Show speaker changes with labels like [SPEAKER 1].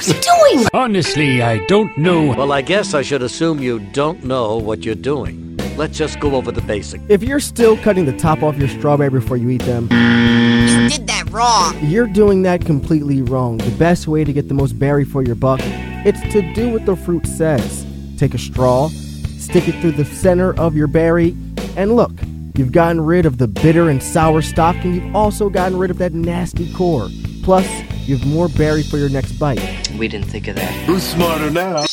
[SPEAKER 1] keeps doing?
[SPEAKER 2] Honestly, I don't know.
[SPEAKER 3] Well, I guess I should assume you don't know what you're doing. Let's just go over the basics.
[SPEAKER 4] If you're still cutting the top off your strawberry before you eat them,
[SPEAKER 1] You did that wrong.
[SPEAKER 4] you're doing that completely wrong. The best way to get the most berry for your buck, it's to do what the fruit says. Take a straw, stick it through the center of your berry, and look, you've gotten rid of the bitter and sour stock, and you've also gotten rid of that nasty core. Plus, you have more berry for your next bite.
[SPEAKER 5] We didn't think of that.
[SPEAKER 6] Who's smarter now?